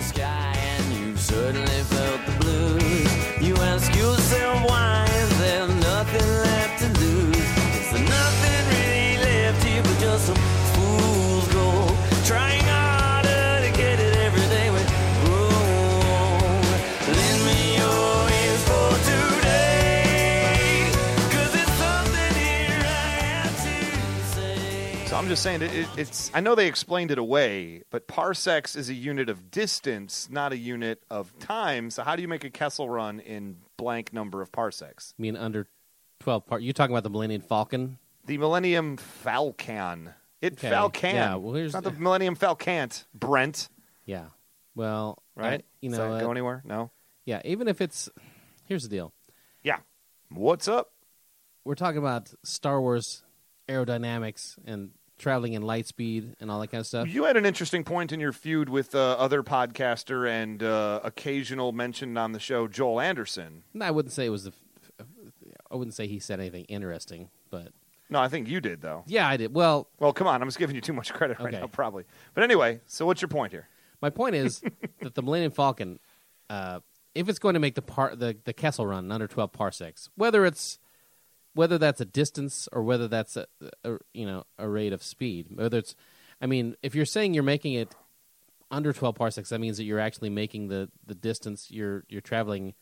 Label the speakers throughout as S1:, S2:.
S1: sky and you've certainly felt the blues. You ask yourself why is there nothing left to lose? Is there nothing really left here but just some fool's gold? Trying harder to get it every day we grow. Lend me your ears for today, 'cause it's something here I have to say.
S2: So I'm just saying, it, it, it's. I know they explained it away, but parsecs is a unit of distance, not a unit of time. So how do you make a Kessel run in blank number of parsecs?
S3: I mean, under 12 part. You're talking about the Millennium Falcon?
S2: The Millennium Falcon. It
S3: Okay,
S2: Falcon.
S3: yeah, well,
S2: it's
S3: here's-
S2: not the Millennium Falcant. Brent,
S3: Yeah. Well, I-
S2: right?
S3: you
S2: Does
S3: know,
S2: that
S3: uh,
S2: go anywhere? No.
S3: yeah, even if it's. Here's the deal
S2: Yeah. What's up?
S3: we're talking about Star Wars aerodynamics and traveling in light speed and all that kind of stuff.
S2: You had an interesting point in your feud with uh, other podcaster and uh, occasional mentioned on the show, Joel Anderson.
S3: And I wouldn't say it was the. I wouldn't say he said anything interesting, but
S2: No, I think you did though.
S3: yeah, I did. Well,
S2: Well, come on, I'm just giving you too much credit right
S3: Okay.
S2: now, probably. But anyway, so what's your point here?
S3: my point is that the Millennium Falcon, uh, if it's going to make the par- the the Kessel Run in under twelve parsecs, whether it's whether that's a distance or whether that's a, a you know a rate of speed, whether it's, I mean, if you're saying you're making it under twelve parsecs, that means that you're actually making the the distance you're you're traveling.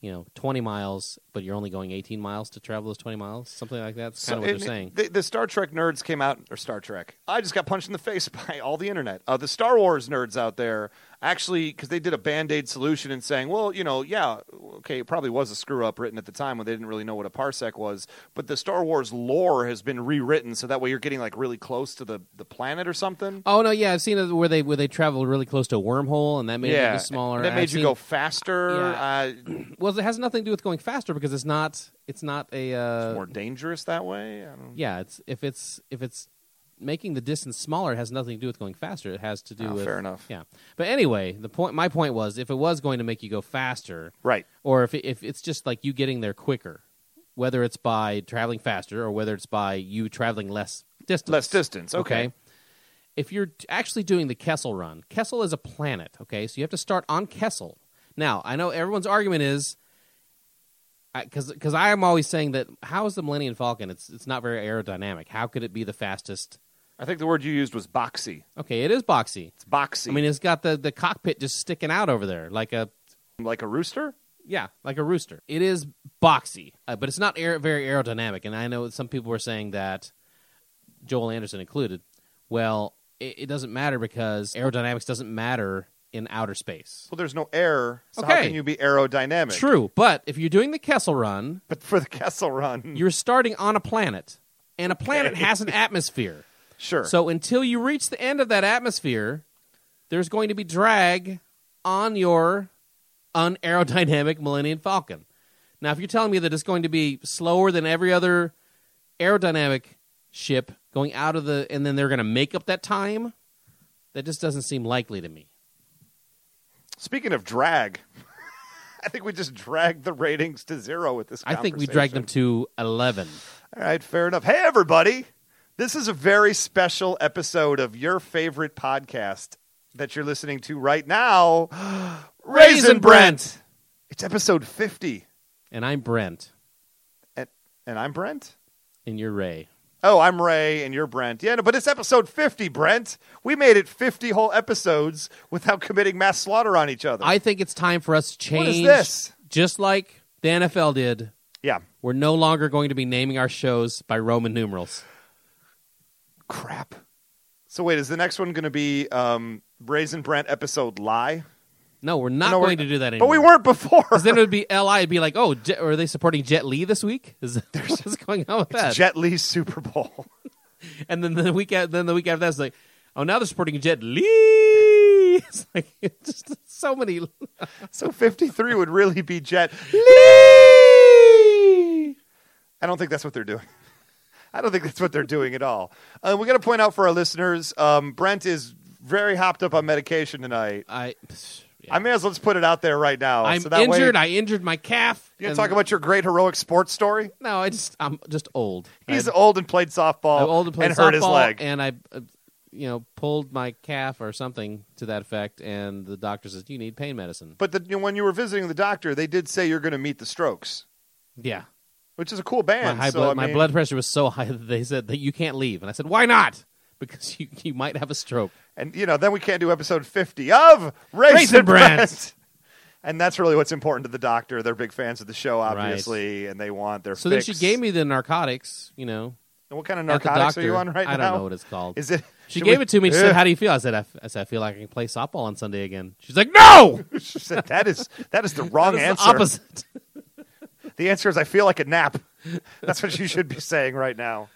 S3: You know, twenty miles, but you're only going eighteen miles to travel those twenty miles, something like that. That's kind of what
S2: it-
S3: they're saying.
S2: The, the Star Trek nerds came out, or Star Trek. I just got punched in the face by all the internet. Uh, the Star Wars nerds out there actually, because they did a band aid solution and saying, well, you know, yeah, okay, it probably was a screw up written at the time when they didn't really know what a parsec was, but the Star Wars lore has been rewritten so that way you're getting like really close to the, the planet or something.
S3: Oh no, yeah, I've seen it where they where they travel really close to a wormhole, and that made it
S2: yeah,
S3: into smaller.
S2: That
S3: I've
S2: made you
S3: seen-
S2: go faster.
S3: Yeah.
S2: Uh,
S3: Well, it has nothing to do with going faster because it's not. It's not a. Uh,
S2: more dangerous that way. I don't
S3: yeah, it's if it's if it's making the distance smaller, it has nothing to do with going faster. It has to do
S2: Oh,
S3: with
S2: fair enough.
S3: Yeah, but anyway, the point. My point was, if it was going to make you go faster,
S2: Right.
S3: or if it, if it's just like you getting there quicker, whether it's by traveling faster or whether it's by you traveling less distance,
S2: Less distance. Okay.
S3: If you're t- actually doing the Kessel run, Kessel is a planet, okay? So you have to start on Kessel. Now, I know everyone's argument is because because I am always saying that how is the Millennium Falcon? It's it's not very aerodynamic. How could it be the fastest?
S2: I think the word you used was boxy.
S3: Okay, it is boxy.
S2: It's boxy.
S3: I mean, it's got the the cockpit just sticking out over there like a
S2: like a rooster?
S3: Yeah, like a rooster. It is boxy, uh, but it's not aer- very aerodynamic. And I know some people were saying that, Joel Anderson included. Well, it, it doesn't matter because aerodynamics doesn't matter in outer space.
S2: Well, there's no air. So how
S3: Okay.
S2: can you be aerodynamic?
S3: True, but if you're doing the Kessel Run,
S2: But for the Kessel Run,
S3: you're starting on a planet, and a planet has an atmosphere.
S2: sure.
S3: So until you reach the end of that atmosphere, there's going to be drag on your unaerodynamic Millennium Falcon. Now, if you're telling me that it's going to be slower than every other aerodynamic ship going out of the, and then they're going to make up that time, that just doesn't seem likely to me.
S2: speaking of drag, I think we just dragged the ratings to zero with this.
S3: I think we dragged them to eleven.
S2: All right, fair enough. Hey, everybody. This is a very special episode of your favorite podcast that you're listening to right now
S3: Raisin Brent.
S2: It's episode 50.
S3: And I'm Brent,
S2: And, and I'm Brent.
S3: and you're Ray.
S2: Oh, I'm Ray and you're Brent. Yeah, no, but it's episode 50, Brent. We made it 50 whole episodes without committing mass slaughter on each other.
S3: I think it's time for us to change.
S2: What is this?
S3: Just like the NFL did
S2: yeah.
S3: We're no longer going to be naming our shows by Roman numerals.
S2: Crap. So wait, is the next one going to be um Raisin Brent episode lie?
S3: No, we're not
S2: No, we're-
S3: going to do that
S2: But
S3: anymore.
S2: we weren't before.
S3: 'Cause then it would be Li. It'd be like, oh, Jet, are they supporting Jet Li this week? Is what's going on with that?
S2: Jet Li Super Bowl.
S3: and then the week, a- then the week after that's like, oh, now they're supporting Jet Li. It's like it's just so many.
S2: so 53 would really be Jet Li. I don't think that's what they're doing. I don't think that's what they're doing at all. Uh, we got to point out for our listeners, um, Brent is very hopped up on medication tonight.
S3: I, yeah.
S2: I may as well just put it out there right now.
S3: I'm
S2: so Oh, that
S3: injured.
S2: Way,
S3: I injured my calf.
S2: you
S3: and-
S2: gonna talk about your great heroic sports story?
S3: no. I just I'm just old.
S2: He's
S3: I,
S2: old Oh, and played softball.
S3: I'm old and played
S2: hurt his
S3: softball,
S2: leg.
S3: and I uh, you know, pulled my calf or something to that effect, and the doctor says you need pain medicine.
S2: But the, you know, when you were visiting the doctor, they did say you're going to meet the Strokes,
S3: yeah,
S2: which is a cool band.
S3: my high
S2: so,
S3: blood,
S2: I
S3: my
S2: mean,
S3: blood pressure was so high that they said that you can't leave, and I said why not? Because you you might have a stroke.
S2: and you know, then we can't do episode 50 of Race,
S3: Race
S2: and
S3: and Brand.
S2: Brand. And that's really what's important to the doctor. They're big fans of the show, obviously, and they want their.
S3: So
S2: fix.
S3: then she gave me the narcotics. You know,
S2: And What kind of
S3: at the
S2: narcotics
S3: doctor.
S2: are you on right
S3: I
S2: now?
S3: don't know what it's called.
S2: Is it?
S3: she
S2: should
S3: gave
S2: we-
S3: it to me. She
S2: Ugh.
S3: said, "How do you feel?" I said, I, f- I said, "I feel like I can play softball on Sunday again." She's like, "No,
S2: She said, that is that is the wrong
S3: That's
S2: answer.
S3: the opposite."
S2: The answer is I feel like a nap. That's what you should be saying right now.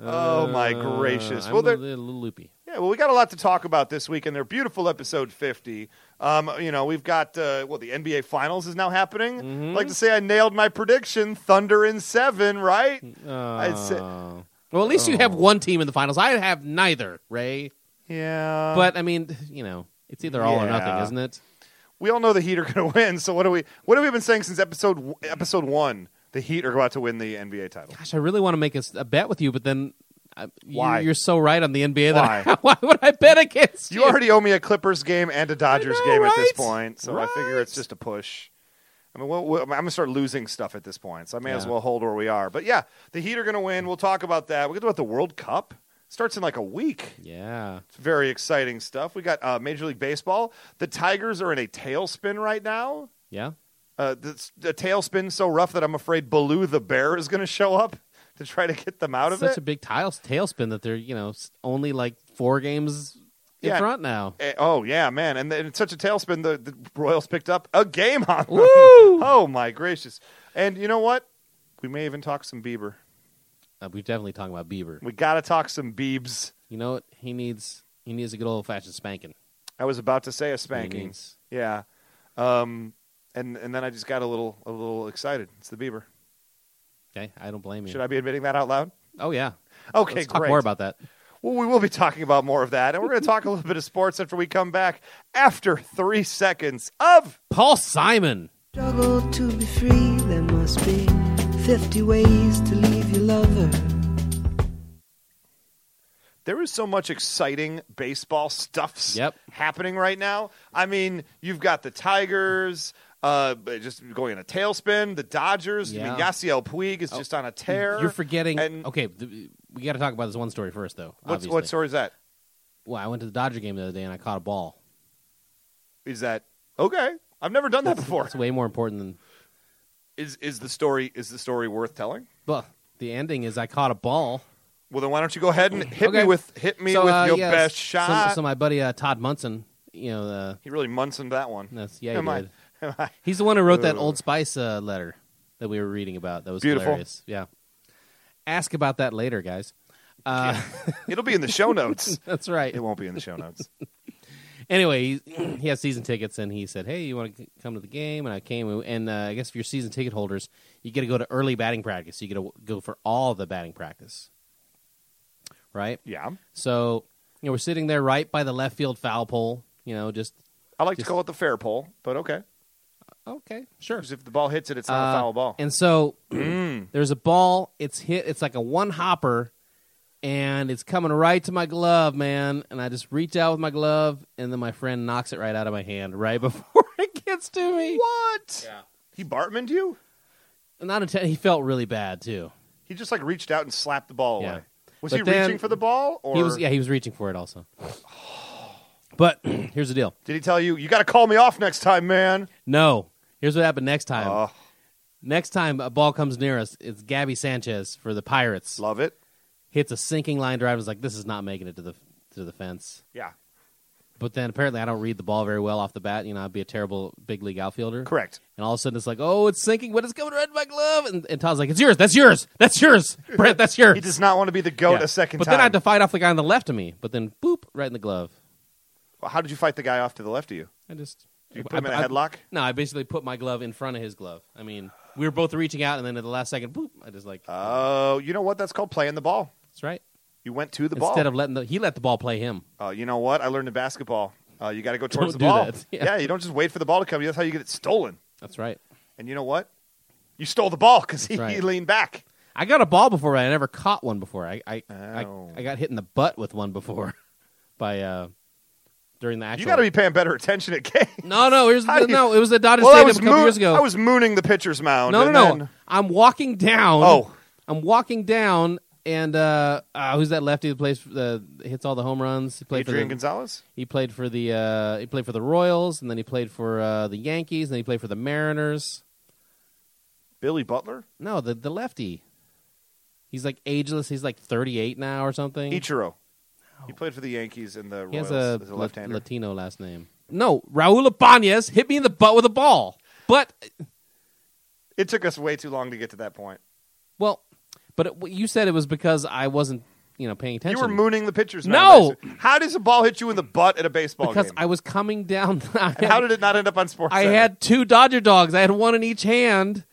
S2: Oh my
S3: Uh,
S2: gracious!
S3: I'm
S2: Well,
S3: a
S2: there,
S3: little, little loopy.
S2: yeah, well, we got a lot to talk about this week, and they're beautiful episode fifty. Um, you know, we've got uh, well, the NBA Finals is now happening.
S3: Mm-hmm.
S2: I'd like to say I nailed my prediction: Thunder in seven, right? I'd say-
S3: Oh. well, at least you have one team in the finals. I have neither, Ray.
S2: Yeah,
S3: But I mean, you know, it's either all or nothing,
S2: Uh, Yeah.
S3: isn't it?
S2: we all know the Heat are going to win. So what do we? What have we been saying since episode w- episode one? The Heat are about to win the NBA title.
S3: Gosh, I really want to make a, s- a bet with you, but then uh, you-
S2: Why?
S3: You're so right on the NBA. That
S2: Why?
S3: I, why would I bet against you?
S2: You already owe me a Clippers game and a Dodgers
S3: know,
S2: game at this
S3: right?
S2: point, so I figure it's
S3: Right.
S2: just a push. I mean, what, what, I'm gonna start losing stuff at this point, so I may as
S3: Yeah.
S2: well hold where we are. But yeah, the Heat are gonna win. We'll talk about that. We'll talk about the World Cup. Starts in like a week.
S3: Yeah.
S2: It's very exciting stuff. We got uh, Major League Baseball. The Tigers are in a tailspin right now.
S3: Yeah.
S2: Uh, the, the tailspin so rough that I'm afraid Baloo the bear is gonna show up to try to get them out of
S3: Such
S2: it.
S3: a big tail tailspin that they're you know s- only like four games in
S2: Yeah.
S3: front now.
S2: Eh, Oh yeah, man! And then it's such a tailspin. The, the Royals picked up a game on them.
S3: Woo!
S2: oh my gracious! And you know what? We may even talk some Bieber.
S3: Uh, we're definitely talking about Bieber.
S2: We gotta talk some Biebs.
S3: You know what? He needs he needs a good old fashioned spanking.
S2: I was about to say a spanking.
S3: Spankings.
S2: Yeah. Um. And and then I just got a little a little excited. It's the Bieber.
S3: Okay, I don't blame you.
S2: Should I be admitting that out loud?
S3: Oh yeah.
S2: Okay,
S3: Let's
S2: great.
S3: talk more about that.
S2: Well, we will be talking about more of that, and we're going to talk a little bit of sports after we come back after three seconds of.
S3: Paul Simon.
S4: Struggle to be free, there must be 50 ways to leave your lover.
S2: There is so much exciting baseball stuffs
S3: Yep.
S2: happening right now. I mean, you've got the Tigers uh, just going in a tailspin. The Dodgers. I mean,
S3: Yeah. Oh,
S2: Yasiel Puig is just on a tear.
S3: You're forgetting.
S2: And-
S3: okay, th- we got to talk about this one story first, though.
S2: What's,
S3: obviously.
S2: what story is that?
S3: Well, I went to the Dodger game the other day and I caught a ball.
S2: Is that okay? I've never done that before.
S3: It's way more important than.
S2: Is is the story is the story worth telling?
S3: Well, the ending is I caught a ball.
S2: Well, then why don't you go ahead and hit me
S3: Okay.
S2: with hit me
S3: so,
S2: with
S3: uh,
S2: your
S3: yeah,
S2: best
S3: so-
S2: shot?
S3: So, my buddy uh, Todd Munson, you know, uh,
S2: he really munsoned that one.
S3: that's yeah, he
S2: Am I-
S3: did.
S2: am I-
S3: He's the one who wrote that
S2: Ugh.
S3: Old Spice uh, letter that we were reading about. That was
S2: Beautiful.
S3: hilarious. Yeah. Ask about that later, guys. Uh,
S2: It'll be in the show notes.
S3: That's right.
S2: it won't be in the show notes.
S3: anyway, he, he has season tickets, and he said, "Hey, you want to come to the game?" And I came, and uh, I guess if you're season ticket holders, you get to go to early batting practice. You get to go for all the batting practice, right?
S2: Yeah,
S3: So you know, we're sitting there right by the left field foul pole. You know, just
S2: I like
S3: Just-
S2: to call it the fair pole, but okay.
S3: okay, sure.
S2: Because if the ball hits it, it's not
S3: Uh,
S2: a foul ball.
S3: And so
S2: Mm.
S3: there's a ball. It's hit. It's like a one hopper, and it's coming right to my glove, man. And I just reach out with my glove, and then my friend knocks it right out of my hand right before it gets to me.
S2: What? He Bartmaned you?
S3: Not intent. He felt really bad too.
S2: He just like reached out and slapped the ball
S3: Yeah.
S2: away. Was
S3: But
S2: he
S3: then-
S2: reaching for the ball, or
S3: He was yeah. He was reaching for it also. But here's the deal.
S2: did he tell you you got to call me off next time, man?
S3: No. Here's what happened next time.
S2: Oh,
S3: next time a ball comes near us, it's Gabby Sanchez for the Pirates.
S2: love it.
S3: Hits a sinking line drive. and Is like this is not making it to the to the fence.
S2: Yeah,
S3: But then apparently I don't read the ball very well off the bat. You know, I'd be a terrible big league outfielder.
S2: correct.
S3: And all of a sudden it's like, oh, it's sinking, but it's coming right in my glove. And, and Todd's like, it's yours. That's yours. That's yours. Brett, that's yours.
S2: He does not want to be the goat
S3: Yeah.
S2: a second
S3: But
S2: time.
S3: then I had to fight off the guy on the left of me. But then boop, right in the glove.
S2: How did you fight the guy off to the left of you?
S3: I just
S2: Did you
S3: I-
S2: put him in a
S3: I-
S2: headlock?
S3: No, I basically put my glove in front of his glove. I mean, we were both reaching out, and then at the last second, boop, I just like
S2: Oh, you know what? That's called playing the ball.
S3: that's right.
S2: You went to the
S3: Instead
S2: ball.
S3: of letting the he let the ball play him.
S2: Uh, you know what? I learned in basketball. Uh, you got to go towards the
S3: do
S2: ball.
S3: that.
S2: Yeah.
S3: Yeah.
S2: you don't just wait for the ball to come. That's how you get it stolen.
S3: That's right.
S2: And you know what? You stole the ball because he,
S3: That's right.
S2: he leaned back.
S3: I got a ball before, but I never caught one before. I I, I,
S2: Oh.
S3: I got hit in the butt with one before. by uh during the actual.
S2: You got to be paying better attention at games.
S3: No, no, here's
S2: How
S3: the,
S2: do you-
S3: no. It was the Dodger
S2: well, I
S3: Stadium
S2: was,
S3: a couple
S2: moon-
S3: years ago.
S2: I was mooning the pitcher's mound.
S3: no, no,
S2: and
S3: no.
S2: then-
S3: I'm walking down.
S2: Oh.
S3: I'm walking down, and uh, uh who's that lefty that plays the hits all the home runs? He played
S2: Adrian
S3: for the,
S2: Gonzalez.
S3: he played for the uh, he played for the Royals, and then he played for uh, the Yankees, and then he played for the Mariners.
S2: Billy Butler,
S3: No, the the lefty. He's like ageless. He's like 38 now or something.
S2: Ichiro. He played for the Yankees and the
S3: Oh. He
S2: Royals.
S3: has a,
S2: as a
S3: La-
S2: left-hander.
S3: Latino last name. No, Raul Abanez hit me in the butt with a ball. But
S2: it took us way too long to get to that point.
S3: well, but it, you said it was because I wasn't, you know, paying attention.
S2: You were mooning the pitcher's
S3: No!
S2: mound. How does a ball hit you in the butt at a baseball
S3: because
S2: game?
S3: I was coming down. I
S2: and how
S3: had,
S2: did it not end up on Sports?
S3: I had two Dodger dogs. I had one in each hand,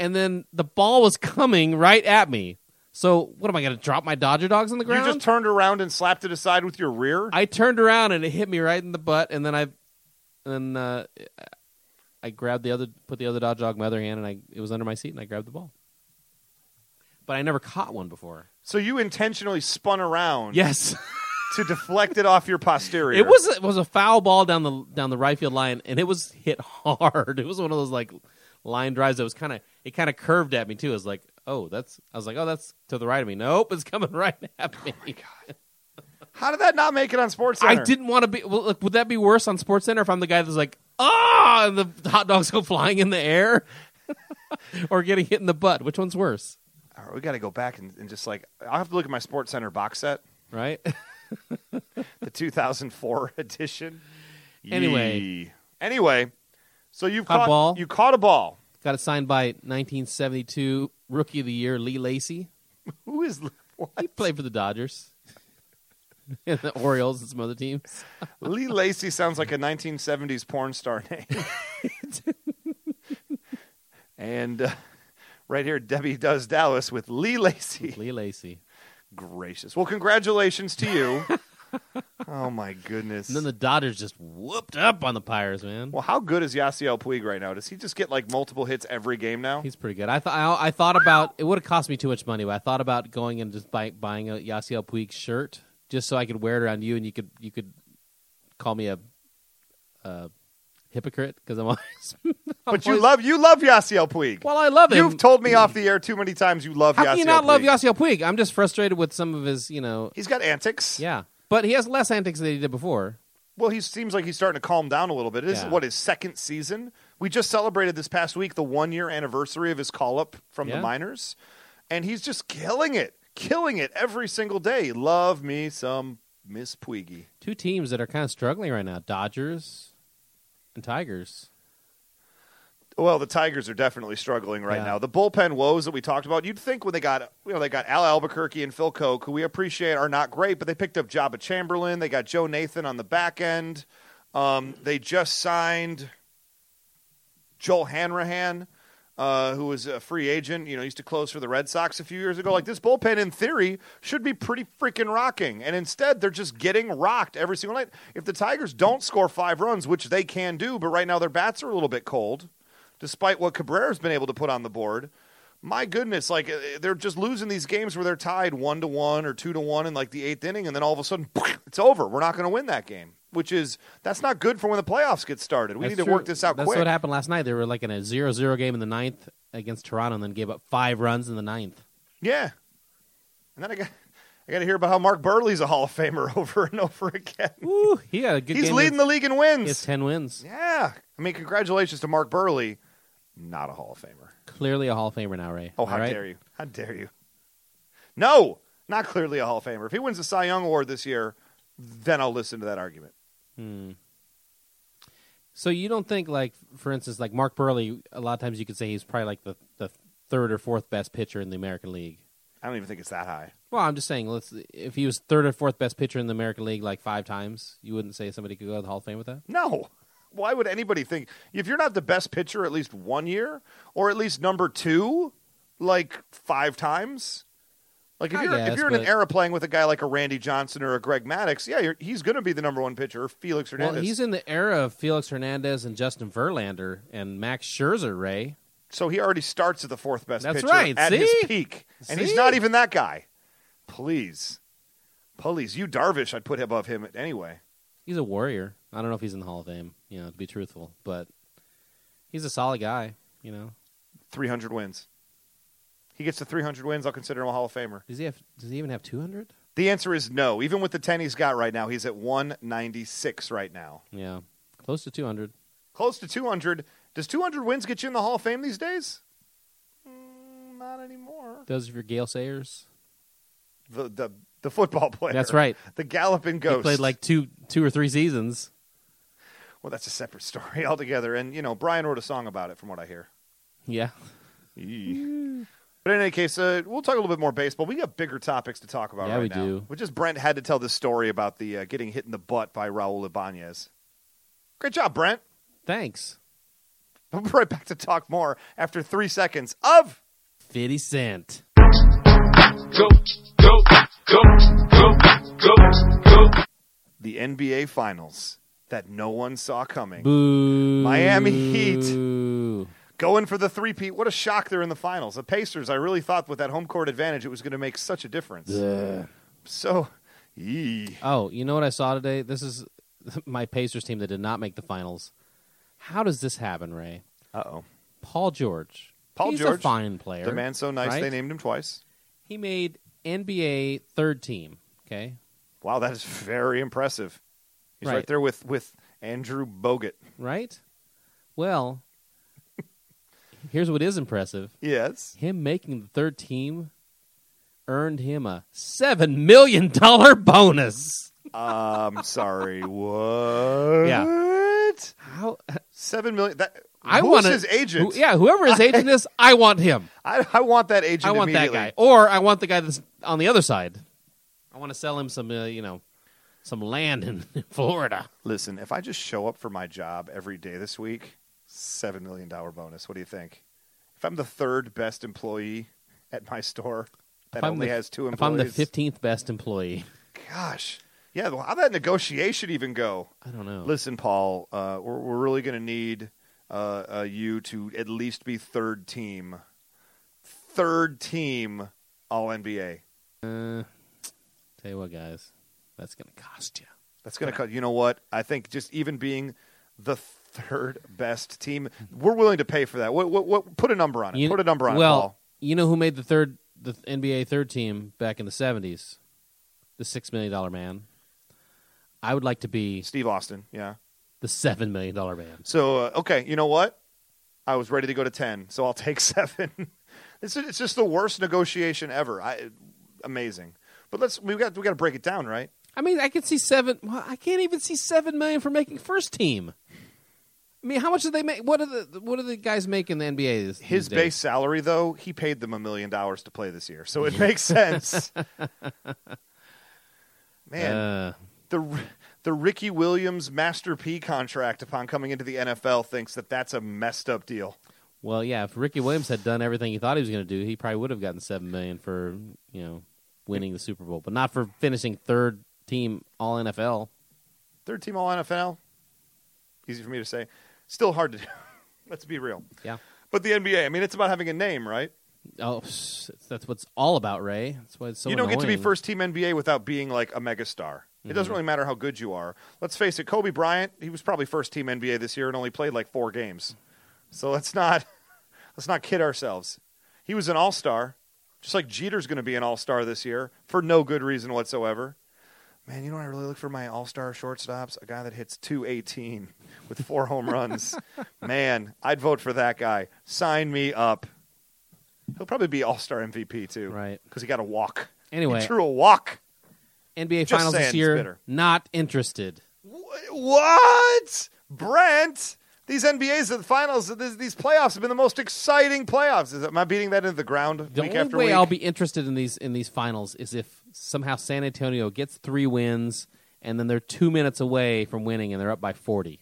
S3: and then the ball was coming right at me. So what am I going to drop my Dodger dogs on the
S2: You
S3: ground?
S2: just turned around and slapped it aside with your rear.
S3: I turned around and it hit me right in the butt, and then I, and uh, I grabbed the other, put the other dodge dog in my other hand, and I it was under my seat, and I grabbed the ball. But I never caught one before.
S2: so you intentionally spun around
S3: Yes,
S2: to deflect it off your posterior.
S3: it was it was a foul ball down the down the right field line, and it was hit hard. It was one of those like line drives that was kind of it kind of curved at me too. I was like, oh, that's I was like, oh, that's to the right of me. Nope, it's coming right at me.
S2: How did that not make it on Sports?
S3: I didn't want to be. Well, look, would that be worse on Sports Center if I'm the guy that's like, ah, and the hot dogs go flying in the air, or getting hit in the butt? Which one's worse,
S2: All right, we got to go back and, and just like I'll have to look at my Sports Center box set,
S3: right?
S2: the 2004 edition.
S3: Anyway.
S2: Yee. anyway, so you've
S3: Caught a
S2: caught
S3: ball.
S2: You caught a ball.
S3: Got it signed by 1972 Rookie of the Year Lee Lacey.
S2: Who is what?
S3: He played for the Dodgers, and the Orioles, and some other teams.
S2: Lee Lacey sounds like a 1970s porn star name. and uh, right here, Debbie does Dallas with Lee Lacey.
S3: Lee Lacey.
S2: Gracious. Well, congratulations to you. oh my goodness.
S3: And then the Dodgers just whooped up on the Pirates, man.
S2: well, how good is Yasiel Puig right now? Does he just get like multiple hits every game now?
S3: He's pretty good. I thought I, I thought about it would have cost me too much money, but I thought about going and just buy, buying a Yasiel Puig shirt just so I could wear it around you, and you could you could call me a, a hypocrite because I'm always.
S2: but you love you love Yasiel Puig.
S3: Well, I love him.
S2: You've told me off the air too many times you love
S3: How
S2: Yasiel
S3: can you not love
S2: Puig.
S3: Yasiel Puig? I'm just frustrated with some of his, you know,
S2: He's got antics.
S3: yeah. But he has less antics than he did before.
S2: Well, he seems like he's starting to calm down a little bit. This
S3: Yeah.
S2: is what his second season. We just celebrated this past week the one year anniversary of his call up from
S3: Yeah.
S2: the minors, and he's just killing it, killing it every single day. Love me some Miss Puigi.
S3: Two teams that are kind of struggling right now: Dodgers and Tigers.
S2: Well, the Tigers are definitely struggling right
S3: Yeah.
S2: now. The bullpen woes that we talked about. You'd think when they got you know they got Al Albuquerque and Phil Koch, who we appreciate are not great, but they picked up Jabba Chamberlain. They got Joe Nathan on the back end. Um, they just signed Joel Hanrahan, uh, who was a free agent. You know, used to close for the Red Sox a few years ago. Like this bullpen, in theory, should be pretty freaking rocking, and instead they're just getting rocked every single night. If the Tigers don't score five runs, which they can do, but right now their bats are a little bit cold, despite what Cabrera's been able to put on the board. My goodness, like uh, they're just losing these games where they're tied one to one or two to one in like the eighth inning, and then all of a sudden it's over. We're not going to win that game, which is that's not good for when the playoffs get started. We
S3: That's
S2: need to
S3: true.
S2: work this out
S3: That's
S2: quick.
S3: what happened last night. They were like in a 0-0 game in the ninth against Toronto, and then gave up five runs in the ninth.
S2: Yeah. And then I got I got to hear about how Mark Burley's a Hall of Famer over and over again.
S3: Woo! He had a good.
S2: He's
S3: game
S2: leading the league in
S3: He has
S2: wins.
S3: ten wins.
S2: Yeah. I mean, congratulations to Mark Burley. Not a Hall of Famer.
S3: Clearly a Hall of Famer now, Ray.
S2: Oh, how dare you? How dare you? No, not clearly a Hall of Famer. If he wins the Cy Young Award this year, then I'll listen to that argument.
S3: Hmm. So you don't think, like, for instance, like Mark Burley? A lot of times you could say he's probably like the the third or fourth best pitcher in the American League.
S2: I don't even think it's that high.
S3: Well, I'm just saying, let's if he was third or fourth best pitcher in the American League like five times, you wouldn't say somebody could go to the Hall of Fame with that.
S2: No. Why would anybody think if you're not the best pitcher at least one year or at least number two, like five times? Like if
S3: I
S2: you're if
S3: guess,
S2: you're in an
S3: but-
S2: era playing with a guy like a Randy Johnson or a Greg Maddox, yeah, you're, he's going to be the number one pitcher. Or Felix Hernandez.
S3: Well, he's in the era of Felix Hernandez and Justin Verlander and Max Scherzer, Ray.
S2: so he already starts at the fourth best
S3: That's
S2: pitcher
S3: right,
S2: at his
S3: see?
S2: peak, and he's
S3: See?
S2: not even that guy. Please, Pulleys, you Darvish, I'd put above him anyway.
S3: He's a warrior. I don't know if he's in the Hall of Fame, you know, to be truthful, but he's a solid guy, you know.
S2: 300 wins. He gets to 300 wins, I'll consider him a Hall of Famer.
S3: Does he have does he even have 200?
S2: The answer is no. Even with the 10 he's got right now, he's at 196 right now.
S3: Yeah. Close to 200.
S2: Close to 200. Does 200 wins get you in the Hall of Fame these days? Mm, not anymore.
S3: Does for Gale Sayers?
S2: The, the, the football player.
S3: That's right.
S2: The galloping ghost.
S3: He played like two two or three seasons.
S2: Well, that's a separate story altogether. And, you know, Brian wrote a song about it, from what I hear.
S3: Yeah.
S2: Yee. But in any case, uh, we'll talk a little bit more baseball. We got bigger topics to talk about
S3: Yeah,
S2: right
S3: we
S2: now.
S3: do.
S2: Which is Brent had to tell this story about the uh, getting hit in the butt by Raul Ibanez. Great job, Brent.
S3: Thanks.
S2: We'll be right back to talk more after three seconds of
S3: 50 Cent.
S5: go, go, go, go, go, go.
S2: the NBA Finals that no one saw coming.
S3: Boo.
S2: Miami Heat.
S3: Boo.
S2: Going for the three-peat. What a shock they're in the finals. The Pacers, I really thought with that home court advantage it was going to make such a difference. So, yee.
S3: Oh, you know what I saw today? This is my Pacers team that did not make the finals. How does this happen, Ray?
S2: Uh-oh.
S3: Paul George.
S2: Paul
S3: He's
S2: George,
S3: a fine player.
S2: The man's so nice
S3: right?
S2: they named him twice.
S3: He made NBA third team. Okay,
S2: Wow, that is very impressive. He's right,
S3: Right.
S2: there with with Andrew Bogut.
S3: right? Well, here's what is impressive:
S2: Yes.
S3: him making the third team earned him a seven million dollar bonus.
S2: I'm Um, sorry. What?
S3: How
S2: Seven million. That,
S3: I
S2: who's
S3: want
S2: his agent?
S3: yeah, whoever his agent is, I want him.
S2: I, I want that agent.
S3: I want that
S2: immediately.
S3: guy, or I want the guy that's on the other side. I want to sell him some, uh, you know, some land in Florida.
S2: Listen, if I just show up for my job every day this week, seven million dollar bonus. What do you think? If I'm the third best employee at my store that
S3: If I'm
S2: only
S3: the-
S2: has two
S3: If I'm
S2: employees,
S3: the fifteenth best employee,
S2: gosh, yeah. Well, how'd that negotiation even go?
S3: I don't know.
S2: Listen, Paul, uh, we're, we're really going to need uh, uh, you to at least be third team, third team All NBA.
S3: Uh, tell you what, guys, that's gonna cost you.
S2: That's going to cut. You know what? I think just even being the third best team, we're willing to pay for that. What? What? what put a number on it.
S3: You-
S2: put a number on
S3: well,
S2: it, Paul.
S3: you know who made the third, the NBA third team back in the seventies? The six million dollar man. I would like to be
S2: Steve Austin. Yeah.
S3: the seven million dollar man.
S2: So uh, okay, you know what? I was ready to go to ten, so I'll take seven. it's it's just the worst negotiation ever. I amazing. But let's we got we got to break it down, right?
S3: I mean, I could see seven. Well, I can't even see seven million for making first team. I mean, how much do they make? What are the what do the guys make in the NBA? This,
S2: His
S3: these days?
S2: base salary, though, he paid them a million dollars to play this year, so it makes sense. Man,
S3: Uh,
S2: the the Ricky Williams Master P contract upon coming into the NFL thinks that that's a messed up deal.
S3: well, yeah. If Ricky Williams had done everything he thought he was going to do, he probably would have gotten seven million for you know winning the Super Bowl, but not for finishing third team All NFL.
S2: Third team All NFL, easy for me to say, still hard to do. Let's be real.
S3: Yeah.
S2: But the NBA, I mean, it's about having a name, right?
S3: Oh, psh, that's what's all about, Ray. That's why it's so.
S2: you don't get to be
S3: annoying. Mm-hmm.
S2: first team NBA without being like a megastar. It doesn't really matter how good you are. Let's face it, Kobe Bryant, he was probably first team NBA this year and only played like four games. So let's not let's not kid ourselves. He was an all star, just like Jeter's going to be an all star this year for no good reason whatsoever. Man, you know what I really look for my all star shortstops? A guy that hits 218 with four home runs. Man, I'd vote for that guy. Sign me up. He'll probably be all star MVP too.
S3: Right.
S2: Because he got a walk.
S3: Anyway,
S2: He threw a walk.
S3: NBA
S2: Just
S3: Finals
S2: saying,
S3: this
S2: it's
S3: year.
S2: bitter.
S3: Not interested.
S2: Wh- What? Brent? These NBAs and finals, these these playoffs have been the most exciting playoffs. Is, am I beating that into the ground
S3: The
S2: week
S3: only
S2: after
S3: way
S2: week?
S3: I'll be interested in these in these finals is if somehow San Antonio gets three wins and then they're two minutes away from winning and they're up by forty.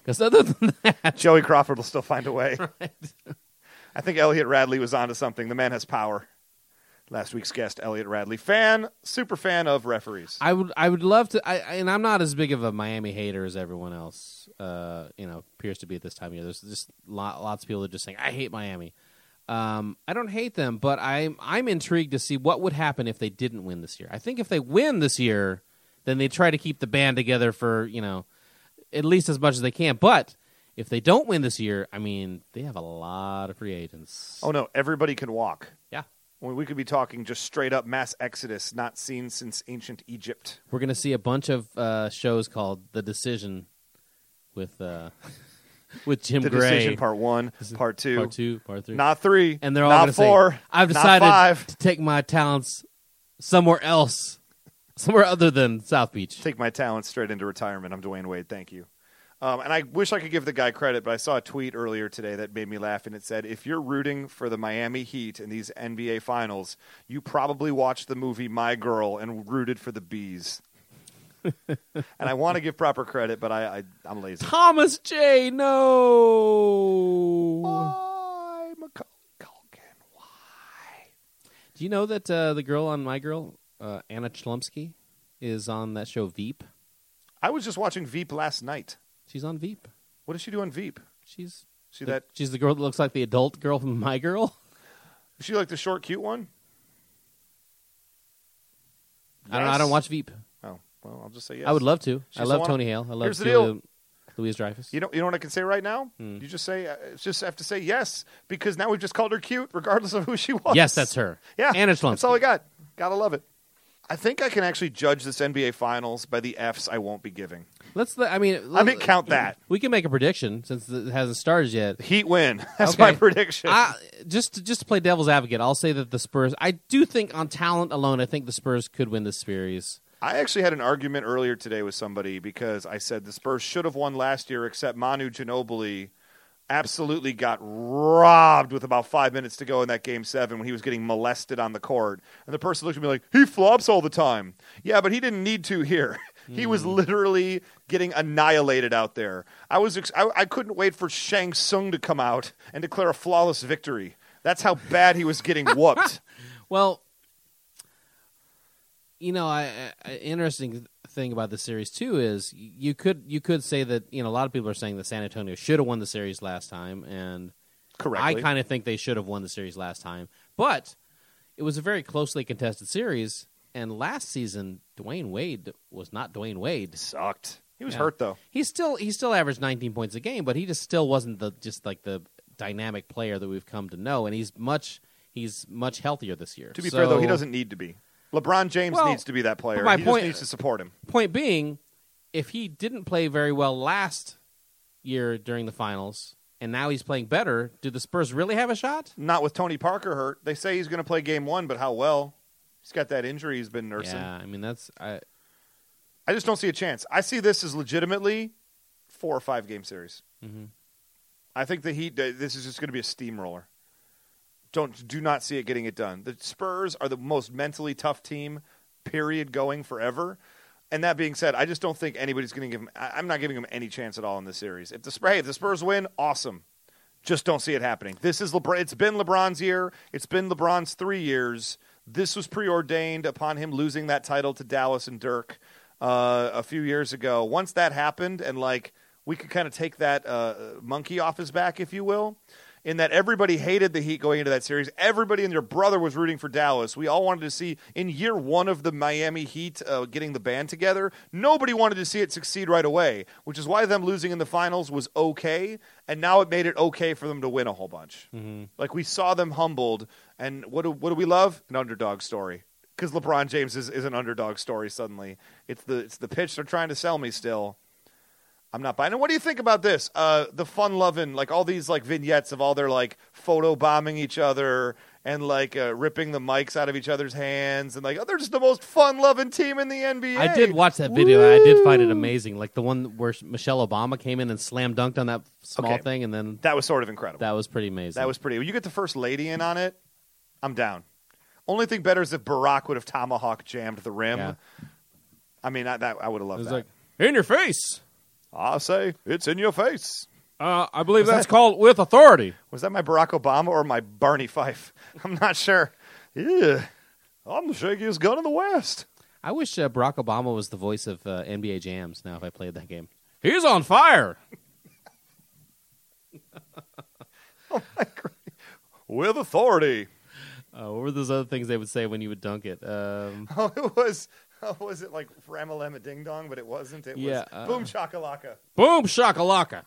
S3: Because other than that,
S2: Joey Crawford will still find a way. I think Elliot Radley was onto something. The man has power. Last week's guest, Elliot Radley, fan, super fan of referees.
S3: I would I would love to. I, I- and I'm not as big of a Miami hater as everyone else. Uh, you know, appears to be at this time of year. There's just lot, lots of people that are just saying I hate Miami. Um, I don't hate them, but I'm I'm intrigued to see what would happen if they didn't win this year. I think if they win this year, then they try to keep the band together for you know at least as much as they can. But if they don't win this year, I mean they have a lot of free agents.
S2: Oh no, everybody can walk.
S3: yeah,
S2: Well, We could be talking just straight up mass exodus, not seen since ancient Egypt.
S3: we're gonna see a bunch of uh, shows called The Decision with uh, with Jim
S2: The
S3: Gray.
S2: decision, part one, part two,
S3: part two, part three.
S2: not three,
S3: and they're all
S2: not
S3: gonna say,
S2: four.
S3: I've
S2: not
S3: decided
S2: five.
S3: to take my talents somewhere else, somewhere other than South Beach.
S2: take my talent straight into retirement. I'm Dwayne Wade. Thank you. Um, and I wish I could give the guy credit, but I saw a tweet earlier today that made me laugh, and it said, "If you're rooting for the Miami Heat in these NBA Finals, you probably watched the movie My Girl and rooted for the bees." and I want to give proper credit, but I, I I'm lazy.
S3: Thomas J. No.
S2: Why, Macaulay Culkin? Why?
S3: Do you know that uh, the girl on My Girl, uh, Anna Chlumsky, is on that show Veep?
S2: I was just watching Veep last night.
S3: She's on Veep.
S2: What does she do on Veep?
S3: She's
S2: She
S3: the-
S2: that
S3: she's the girl that looks like the adult girl from My Girl.
S2: is she like the short, cute one?
S3: I don't. know. I
S2: Yes.
S3: don't watch Veep.
S2: Oh well, I'll just say yes.
S3: I would love to.
S2: She's
S3: I
S2: the
S3: love
S2: one-
S3: Tony Hale. I love
S2: Here's the
S3: Julia Louise Dreyfus.
S2: You know, you know what I can say right now?
S3: Hmm.
S2: You just say, uh, just have to say yes because now we've just called her cute, regardless of who she was.
S3: Yes, that's her.
S2: Yeah,
S3: Anna Chlumsky.
S2: That's all I got. Gotta love it. I think I can actually judge this NBA Finals by the Fs I won't be giving.
S3: Let's. let- I mean,
S2: I mean, count that.
S3: We can make a prediction since it hasn't started yet.
S2: The Heat win. That's
S3: Okay.
S2: my prediction.
S3: I, just to- just to play devil's advocate, I'll say that the Spurs. I do think on talent alone, I think the Spurs could win this series.
S2: I actually had an argument earlier today with somebody because I said the Spurs should have won last year, except Manu Ginobili absolutely got robbed with about five minutes to go in that game seven when he was getting molested on the court. And the person looked at me like, he flops all the time. Yeah, but he didn't need to here. He was
S3: Hmm.
S2: literally getting annihilated out there. I was ex- I, I couldn't wait for Shang Tsung to come out and declare a flawless victory. That's how bad he was getting whooped.
S3: Well, you know, I, I interesting thing about the series too is you could you could say that you know a lot of people are saying that San Antonio should have won the series last time, and
S2: Correctly.
S3: I kind of think they should have won the series last time, but it was a very closely contested series. And last season, Dwayne Wade was not Dwayne Wade.
S2: sucked. He was
S3: Yeah.
S2: hurt though.
S3: He still he still averaged 19 points a game, but he just still wasn't the just like the dynamic player that we've come to know, and he's much he's much healthier this year.
S2: To be
S3: So,
S2: fair, though, he doesn't need to be. LeBron James
S3: Well,
S2: needs to be that player.
S3: but my
S2: he
S3: point-
S2: just needs to support him.
S3: Point being, if he didn't play very well last year during the finals, and now he's playing better, do the Spurs really have a shot?
S2: Not with Tony Parker hurt. They say he's going to play game one, but how well? He's got that injury he's been nursing.
S3: Yeah, I mean that's I,
S2: I just don't see a chance. I see this as legitimately four or five game series.
S3: Mhm.
S2: I think the Heat. This is just going to be a steamroller. Don't do not see it getting it done. The Spurs are the most mentally tough team, period, going forever. And that being said, I just don't think anybody's going to give them. I- I'm not giving them any chance at all in this series. If the Spurs, hey, if the Spurs win, awesome. Just don't see it happening. This is LeBron. It's been LeBron's year. It's been LeBron's three years. This was preordained upon him losing that title to Dallas and Dirk uh, a few years ago. Once that happened, and like we could kind of take that uh, monkey off his back, if you will, in that everybody hated the Heat going into that series. Everybody and their brother was rooting for Dallas. We all wanted to see in year one of the Miami Heat uh, getting the band together. Nobody wanted to see it succeed right away, which is why them losing in the finals was okay. And now it made it okay for them to win a whole bunch. Like we saw them humbled. And what do, what do we love? An underdog story. Because LeBron James is, is an underdog story suddenly. It's the, it's the pitch they're trying to sell me still. I'm not buying it. What do you think about this? Uh, the fun loving, like all these like vignettes of all their like photo bombing each other and like uh, ripping the mics out of each other's hands and like oh, they're just the most fun loving team in the NBA.
S3: I did watch that video. and I did find it amazing, like the one where Michelle Obama came in and slam dunked on that small
S2: Okay.
S3: thing, and then
S2: That was sort of incredible.
S3: that was pretty amazing.
S2: That was pretty. When you get the first lady in on it, I'm down. Only thing better is if Barack would have tomahawk jammed the rim.
S3: Yeah.
S2: I mean, I, that I would have
S3: It
S2: loved
S3: was
S2: that.
S3: like in your face.
S2: I say it's in your face.
S3: Uh, I believe that's called with authority.
S2: Was that my Barack Obama or my Barney Fife? I'm not sure. Yeah, I'm the shakiest gun in the West.
S3: I wish uh, Barack Obama was the voice of uh, NBA Jams. Now, if I played that game, he's on fire.
S2: with authority.
S3: Uh, what were those other things they would say when you would dunk it? Um,
S2: Oh, it was. Oh, was it like Ramalama Ding Dong? But it wasn't. It
S3: Yeah,
S2: was
S3: uh,
S2: Boom Shakalaka.
S3: boom shakalaka.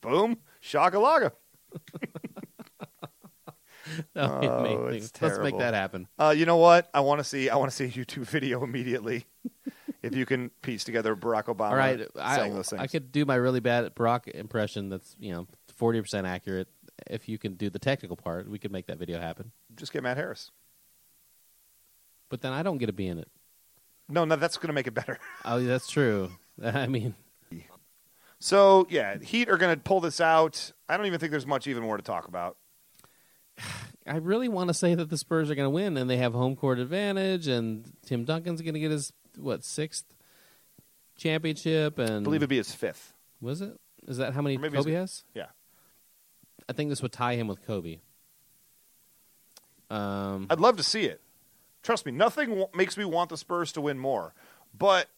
S2: Boom Shakalaka.
S3: That would be
S2: Oh,
S3: amazing.
S2: it's
S3: Let's make
S2: terrible.
S3: that happen.
S2: Uh, you know what? I want to see. I want to see a YouTube video immediately. if you can piece together Barack Obama
S3: All right,
S2: saying
S3: I,
S2: those things.
S3: I could do my really bad Brock impression. That's you know forty percent accurate. If you can do the technical part, we could make that video happen.
S2: just get Matt Harris.
S3: But then I don't get to be in it.
S2: No, no, that's going to make it better.
S3: Oh, that's true. I mean,
S2: So yeah, Heat are going to pull this out. I don't even think there's much even more to talk about.
S3: I really want to say that the Spurs are going to win, and they have home court advantage, and Tim Duncan's going to get his what sixth championship,
S2: I
S3: and
S2: believe it'd be his fifth.
S3: was it is that how many
S2: Or maybe he's
S3: Kobe has?
S2: Yeah.
S3: I think this would tie him with Kobe. Um,
S2: I'd love to see it. Trust me, nothing w- makes me want the Spurs to win more, but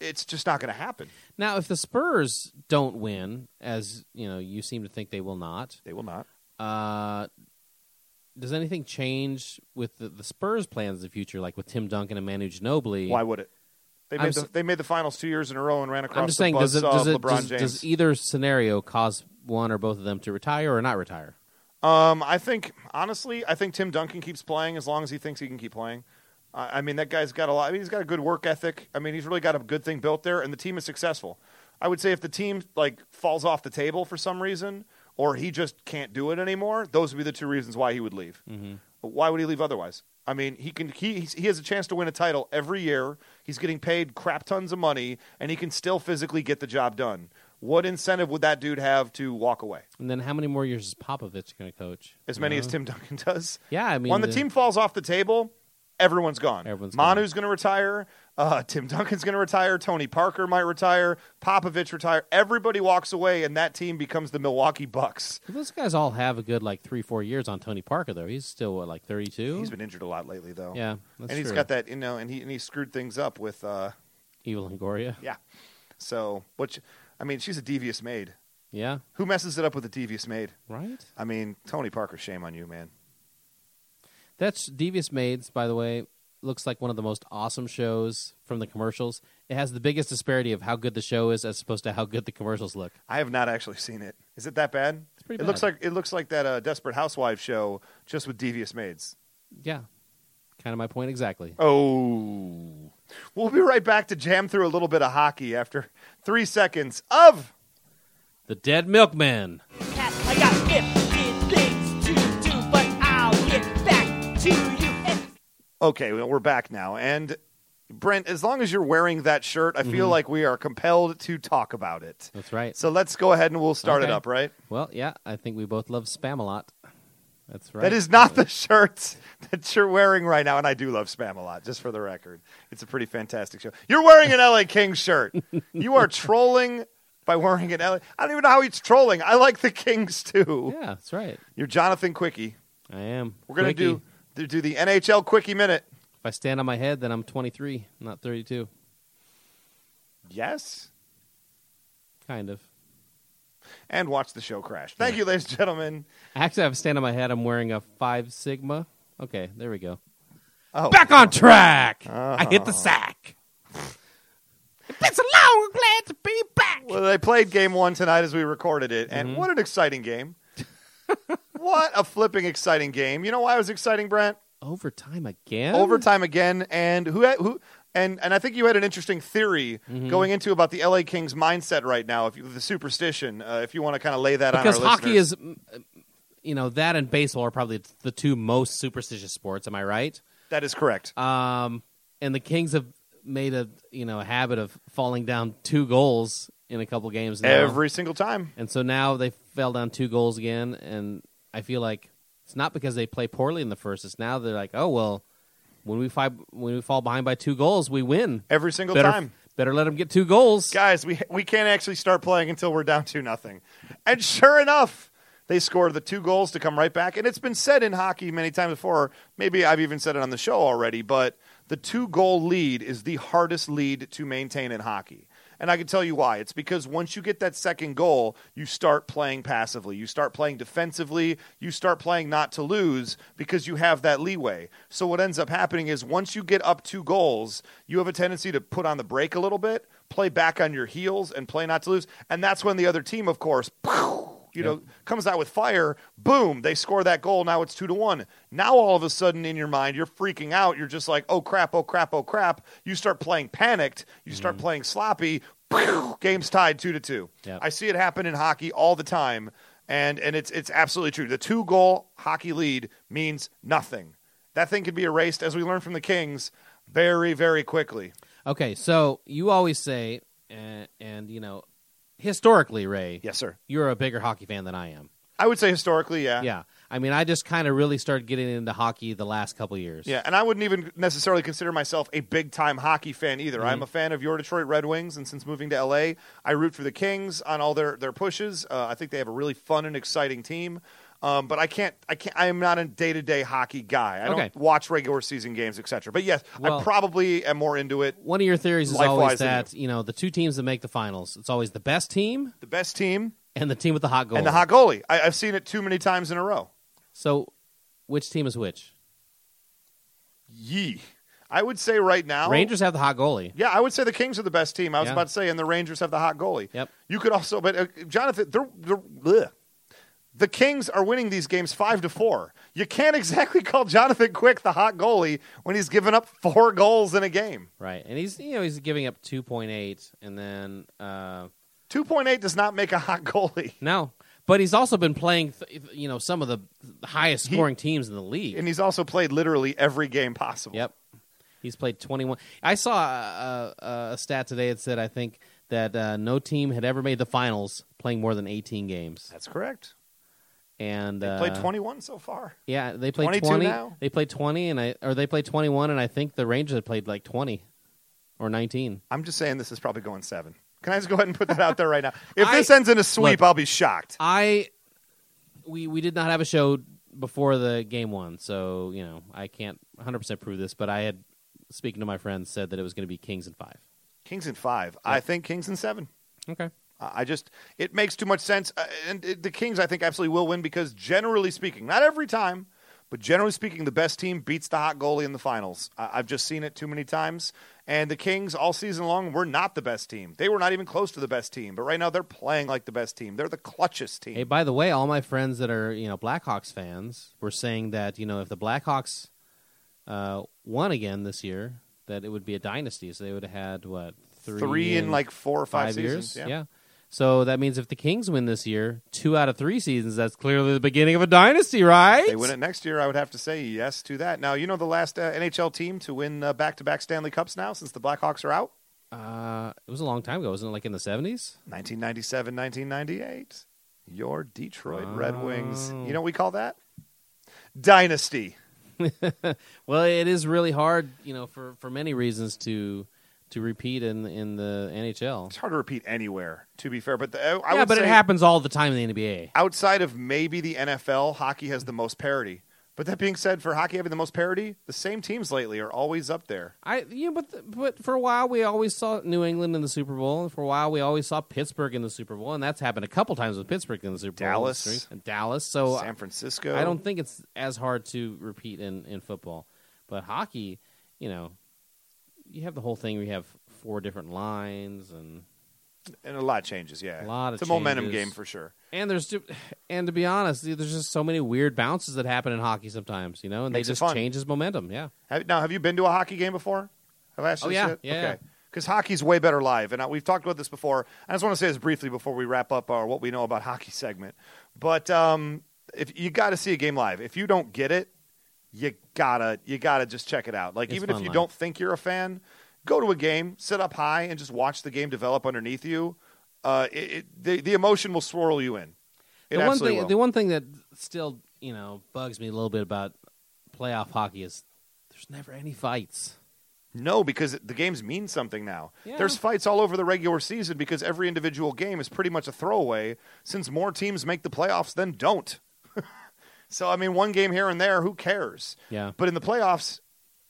S2: it's just not going to happen.
S3: now, if the Spurs don't win, as you know, you seem to think they will not.
S2: They will not.
S3: Uh, does anything change with the, the Spurs' plans in the future, like with Tim Duncan and Manu Ginobili?
S2: Why would it? They
S3: I'm
S2: made, the,
S3: s-
S2: they made the finals two years in a row and ran across
S3: I'm just
S2: the
S3: saying, does,
S2: buzzsaw
S3: it, does,
S2: of
S3: it,
S2: LeBron
S3: does,
S2: James.
S3: does either scenario cause one or both of them to retire or not retire?
S2: Um, I think honestly, I think Tim Duncan keeps playing as long as he thinks he can keep playing. I, I mean, that guy's got a lot. I mean, he's got a good work ethic. I mean, he's really got a good thing built there, and the team is successful. I would say if the team like falls off the table for some reason, or he just can't do it anymore, those would be the two reasons why he would leave. But why would he leave otherwise? I mean, he can he he's- he has a chance to win a title every year. He's getting paid crap tons of money, and he can still physically get the job done. What incentive would that dude have to walk away?
S3: And then how many more years is Popovich going to coach?
S2: As many
S3: You
S2: as
S3: know?
S2: Tim Duncan does.
S3: Yeah, I mean,
S2: when the, team falls off the table, everyone's gone.
S3: Everyone's
S2: Manu's going to retire. Uh, Tim Duncan's going to retire. Tony Parker might retire. Popovich retire. Everybody walks away, and that team becomes the Milwaukee Bucks.
S3: Well, Those guys all have a good like three, four years on Tony Parker though. He's still what, like thirty-two.
S2: He's been injured a lot lately, though.
S3: Hmm. yeah, that's
S2: and he's
S3: true.
S2: got that, you know, and he and he screwed things up with, uh,
S3: evil Longoria.
S2: yeah. So, which, I mean, she's a devious maid.
S3: Yeah,
S2: Who messes it up with a devious maid?
S3: right.
S2: I mean, Tony Parker, shame on you, man.
S3: That's Devious Maids, by the way. Looks like one of the most awesome shows from the commercials. It has the biggest disparity of how good the show is as opposed to how good the commercials look.
S2: I have not actually seen it. Is it that bad?
S3: It's pretty
S2: it looks
S3: bad.
S2: like it looks like that uh, Desperate Housewives show, just with devious maids.
S3: Yeah, kind of my point exactly.
S2: Oh. We'll be right back to jam through a little bit of hockey after three seconds of.
S3: The Dead Milkman.
S6: I got 15 things to do, but I'll get back to you.
S2: Okay, well, we're back now. And Brent, as long as you're wearing that shirt, I
S3: Mm-hmm.
S2: feel like we are compelled to talk about it.
S3: That's right.
S2: So let's go ahead and we'll start it
S3: Okay.
S2: up, right?
S3: Well, yeah, I think we both love spam a lot. That's right.
S2: That is not the shirt that you're wearing right now. And I do love Spam a lot, just for the record. It's a pretty fantastic show. You're wearing an LA Kings shirt. You are trolling by wearing an LA. I don't even know how he's trolling. I like the Kings too.
S3: Yeah, that's right.
S2: You're Jonathan Quickie.
S3: I am.
S2: We're gonna
S3: Quickie.
S2: do do do the NHL quickie minute.
S3: If I stand on my head, then I'm 23, not 32.
S2: Yes.
S3: Kind of.
S2: And watch the show crash. Thank you, ladies and gentlemen.
S3: Actually, if I stand on my head, I'm wearing a Five Sigma. Okay, there we go.
S2: Oh,
S3: Back on track. I hit
S2: Uh-huh.
S3: the sack. It's been so long. I'm glad to be back.
S2: well, they played game one tonight as we recorded it, and
S3: Mm-hmm.
S2: what an exciting game! what a flipping exciting game! You know why it was exciting, Brent?
S3: Overtime again.
S2: Overtime again, and who had- who. And, and I think you had an interesting theory
S3: Mm-hmm.
S2: going into about the LA Kings mindset right now, if you, the superstition, uh, if you want to kind of lay that
S3: Because
S2: on our
S3: hockey
S2: listeners.
S3: is, mm, you know, that and baseball are probably the two most superstitious sports. Am I right?
S2: that is correct.
S3: Um, and the Kings have made a you know a habit of falling down two goals in a couple games. Now.
S2: Every single time.
S3: And so now they fell down two goals again, and I feel like it's not because they play poorly in the first. It's now they're like, oh well, when we five, when we fall behind by two goals, we win.
S2: Every single
S3: better,
S2: time.
S3: better let them get two goals.
S2: guys, we we can't actually start playing until we're down two nothing. And sure enough, they scored the two goals to come right back. And it's been said in hockey many times before. Maybe I've even said it on the show already, but the two goal lead is the hardest lead to maintain in hockey. And I can tell you why. It's because once you get that second goal, you start playing passively. You start playing defensively. You start playing not to lose because you have that leeway. So what ends up happening is once you get up two goals, you have a tendency to put on the brake a little bit, play back on your heels, and play not to lose. And that's when the other team, of course, you know, comes out with fire, boom, they score that goal. Now it's two to one. Now all of a sudden in your mind, you're freaking out. You're just like, oh crap, oh crap, oh crap. You start playing panicked. You start playing sloppy. Pew, game's tied two to two.
S3: Yep.
S2: I see it happen in hockey all the time, and and it's it's absolutely true. The two goal hockey lead means nothing. That thing can be erased, as we learned from the Kings, very very quickly.
S3: Okay, so you always say, and, and you know, historically, Ray,
S2: Yes, sir.
S3: you're a bigger hockey fan than I am.
S2: I would say historically,
S3: Yeah, I mean, I just kind of really started getting into hockey the last couple years.
S2: Yeah, and I wouldn't even necessarily consider myself a big time hockey fan either.
S3: Mm-hmm.
S2: I'm a fan of your Detroit Red Wings, and since moving to LA, I root for the Kings on all their their pushes. Uh, I think they have a really fun and exciting team. Um, but I can't, I can't, I am not a day to day hockey guy. I
S3: Okay.
S2: don't watch regular season games, etc. But yes,
S3: Well-
S2: I probably am more into it.
S3: One of your theories is
S2: Life-wise
S3: always
S2: than
S3: that you know the two teams that make the finals. It's always the best team
S2: The best team
S3: and the team with the hot goal.
S2: and the hot goalie. I, I've seen it too many times in a row.
S3: So, which team is which?
S2: Yee. I would say right now,
S3: Rangers have the hot goalie.
S2: Yeah, I would say the Kings are the best team. I was
S3: Yeah.
S2: about to say, and the Rangers have the hot goalie.
S3: Yep.
S2: You could also, but uh, Jonathan, they're, they're, bleh. the Kings are winning these games five to four. You can't exactly call Jonathan Quick the hot goalie when he's given up four goals in a game.
S3: Right, and he's you know he's giving up two point eight, and then uh,
S2: Two point eight does not make a hot goalie,
S3: no, but he's also been playing th- you know some of the highest scoring teams in the league.
S2: and he's also played literally every game possible.
S3: yep, he's played twenty one. I saw a, a, a stat today that said I think that uh, no team had ever made the finals playing more than eighteen games,
S2: that's correct.
S3: and
S2: They
S3: uh,
S2: played twenty one so far.
S3: Yeah, they played
S2: 22
S3: twenty.
S2: now?
S3: They played twenty, and I or they played twenty one, and I think the Rangers had played like twenty or nineteen.
S2: I'm just saying this is probably going seven. Can I just go ahead and put that out there right now? If
S3: I-
S2: this ends in a sweep,
S3: Look,
S2: I'll be shocked.
S3: I we we did not have a show before the game one, so you know I can't 100 percent prove this, but I had speaking to my friends said that it was going to be Kings and five.
S2: Kings in five. I think Kings in seven.
S3: Okay,
S2: Uh, I just it makes too much sense. Uh, and it, the Kings, I think, absolutely will win because generally speaking, not every time, but generally speaking, the best team beats the hot goalie in the finals. I, I've just seen it too many times. And the Kings all season long were not the best team. They were not even close to the best team. But right now, they're playing like the best team. They're the clutchest team.
S3: Hey, by the way, all my friends that are you know Blackhawks fans were saying that you know if the Blackhawks uh, won again this year, that it would be a dynasty. So they would have had what three,
S2: three, in like four or five,
S3: five years?
S2: seasons.
S3: So that means if the Kings win this year, two out of three seasons, that's clearly the beginning of a dynasty, right?
S2: They win it next year. I would have to say yes to that. Now you know the last uh, NHL team to win uh, back-to-back Stanley Cups now since the Blackhawks are out.
S3: Uh, it was a long time ago, wasn't it? Like in the seventies.
S2: 1997, 1998. Your Detroit Red Wings.
S3: Wow.
S2: You know what we call that? Dynasty.
S3: Well, it is really hard, you know, for, for many reasons to to repeat in in the NHL.
S2: It's hard to repeat anywhere, to be fair, but the, I
S3: yeah,
S2: would
S3: but
S2: say
S3: it happens all the time in the NBA.
S2: outside of maybe the NFL, hockey has the most parity. But that being said, for hockey having the most parity, the same teams lately are always up there.
S3: I yeah, but th- but for a while we always saw New England in the Super Bowl, and for a while we always saw Pittsburgh in the Super Bowl, and that's happened a couple times with Pittsburgh in the Super Bowl.
S2: Dallas.
S3: Strings- and Dallas. So
S2: San Francisco.
S3: I don't think it's as hard to repeat in, in football, but hockey, you know, you have the whole thing. where you have four different lines, and
S2: and a lot changes. Yeah,
S3: A lot of
S2: it's a momentum
S3: changes.
S2: game for sure.
S3: and there's ju- and to be honest, there's just so many weird bounces that happen in hockey sometimes, you know, and
S2: Makes it
S3: they just
S2: fun.
S3: changes momentum. Yeah,
S2: Have, now, have you been to a hockey game before? Have I asked you
S3: Oh,
S2: this
S3: yeah,
S2: yet?
S3: yeah,
S2: Okay.
S3: yeah.
S2: Because hockey's way better live, and I, we've talked about this before. I just want to say this briefly before we wrap up our what we know about hockey segment. But um, if you got to see a game live, if you don't get it, you gotta you gotta just check it out. Like
S3: It's
S2: even if
S3: fun
S2: you
S3: live.
S2: don't think you're a fan, go to a game, sit up high, and just watch the game develop underneath you. Uh, it, it, the the emotion will swirl you in. It
S3: the one
S2: absolutely
S3: thing,
S2: will.
S3: the one thing that still you know bugs me a little bit about playoff hockey is there's never any fights.
S2: No, because the games mean something now.
S3: Yeah.
S2: There's fights all over the regular season because every individual game is pretty much a throwaway since more teams make the playoffs than don't. so, I mean, one game here and there, who cares?
S3: Yeah,
S2: But in the playoffs,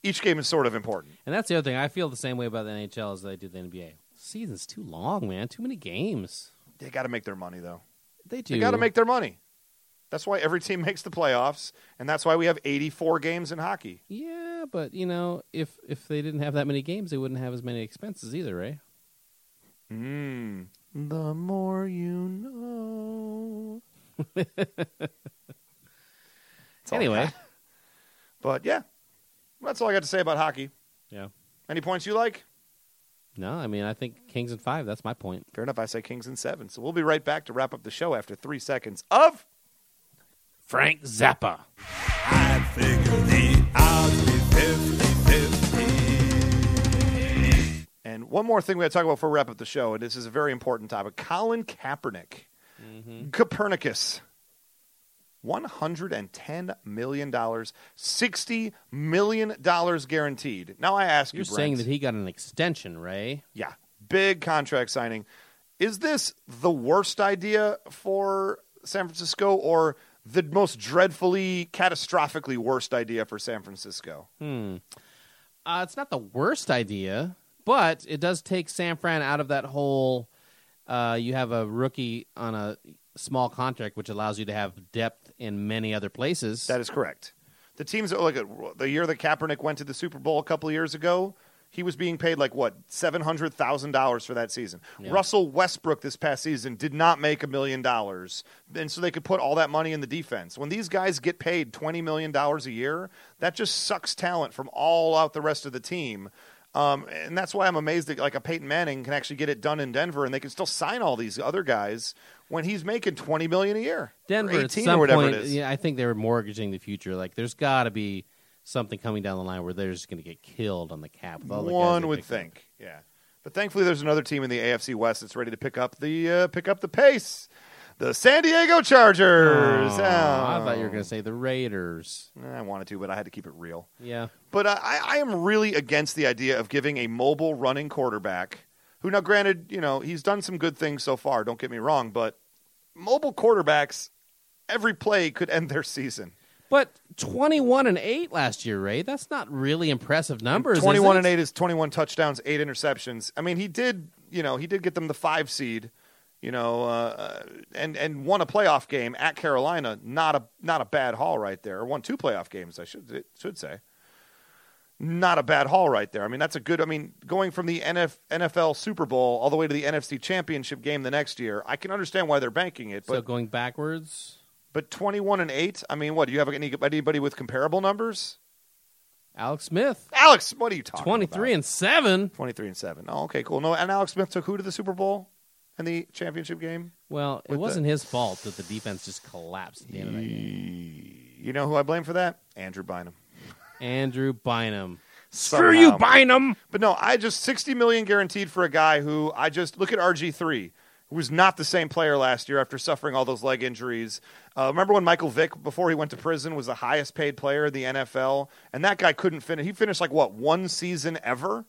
S2: each game is sort of important.
S3: and that's the other thing. I feel the same way about the NHL as I do the NBA. season's too long, man. Too many games.
S2: They got to make their money though.
S3: They do.
S2: They got to make their money. That's why every team makes the playoffs, and that's why we have 84 games in hockey.
S3: Yeah, but you know, if if they didn't have that many games, they wouldn't have as many expenses either, right?
S2: Mm. The more you know. That's all I
S3: anyway,
S2: got. but yeah, that's all I got to say about hockey.
S3: yeah.
S2: Any points you like?
S3: No, I mean, I think Kings and five. That's my point.
S2: Fair enough. I say Kings and seven. So we'll be right back to wrap up the show after three seconds of.
S3: Frank Zappa.
S7: I figured it out to be 50
S2: And one more thing we got to talk about before we wrap up the show, and this is a very important topic. Colin Kaepernick,
S3: Mm-hmm.
S2: Copernicus, $110 million, $60 million guaranteed. Now I ask
S3: You're
S2: you, Brent,
S3: saying that he got an extension, Ray?
S2: yeah, big contract signing. Is this the worst idea for San Francisco or the most dreadfully, catastrophically worst idea for San Francisco?
S3: Hmm. Uh, it's not the worst idea, but it does take San Fran out of that whole. Uh, you have a rookie on a small contract, which allows you to have depth in many other places.
S2: That is correct. The teams that like the year that Kaepernick went to the Super Bowl a couple of years ago, he was being paid like what seven hundred thousand dollars for that season.
S3: Yeah.
S2: Russell Westbrook this past season did not make a million dollars, and so they could put all that money in the defense. When these guys get paid twenty million dollars a year, that just sucks talent from all out the rest of the team. Um, and that's why I'm amazed that like a Peyton Manning can actually get it done in Denver, and they can still sign all these other guys when he's making twenty million a year, or
S3: Denver at
S2: 18
S3: some
S2: or whatever
S3: point,
S2: it is.
S3: yeah, I think they're mortgaging the future. Like, there's got to be something coming down the line where they're just going to get killed on the cap. With all the guys
S2: One
S3: they
S2: would
S3: picked up.
S2: think, yeah. But thankfully, there's another team in the AFC West that's ready to pick up the uh, pick up the pace. The San Diego Chargers.
S3: Aw, I thought you were
S2: Oh.
S3: going to say the Raiders.
S2: I wanted to, but I had to keep it real.
S3: Yeah,
S2: But uh, I, I am really against the idea of giving a mobile running quarterback. Who now, granted, you know he's done some good things so far. Don't get me wrong, but mobile quarterbacks, every play could end their season.
S3: but twenty-one and eight last year, Ray. That's not really impressive numbers. is
S2: 21
S3: it?
S2: and 8 is 21 touchdowns, 8 interceptions. I mean, he did, you know, he did get them the 5 seed, you know, uh, and and won a playoff game at Carolina. Not a not a bad haul right there. Or won two playoff games, I should it should say. Not a bad haul right there. I mean, that's a good I mean, going from the NF, NFL Super Bowl all the way to the NFC Championship game the next year. I can understand why they're banking it, but
S3: so going backwards,
S2: but 21 and 8, I mean, what? Do you have any anybody with comparable numbers?
S3: Alex Smith,
S2: Alex, what are you talking about?
S3: twenty-three and seven.
S2: 23 and 7. Oh, okay, cool. No, and Alex Smith took who to the Super Bowl in the championship game?
S3: Well, it
S2: With the-
S3: wasn't his fault that the defense just collapsed at the end of that game.
S2: You know who I blame for that? Andrew Bynum.
S3: Andrew Bynum.
S2: Screw you,
S3: Bynum.
S2: But no, I just 60 million guaranteed for a guy who I just look at RG3, who was not the same player last year after suffering all those leg injuries. Uh, remember when Michael Vick, before he went to prison, was the highest paid player in the NFL, and that guy couldn't finish. He finished like what one season ever.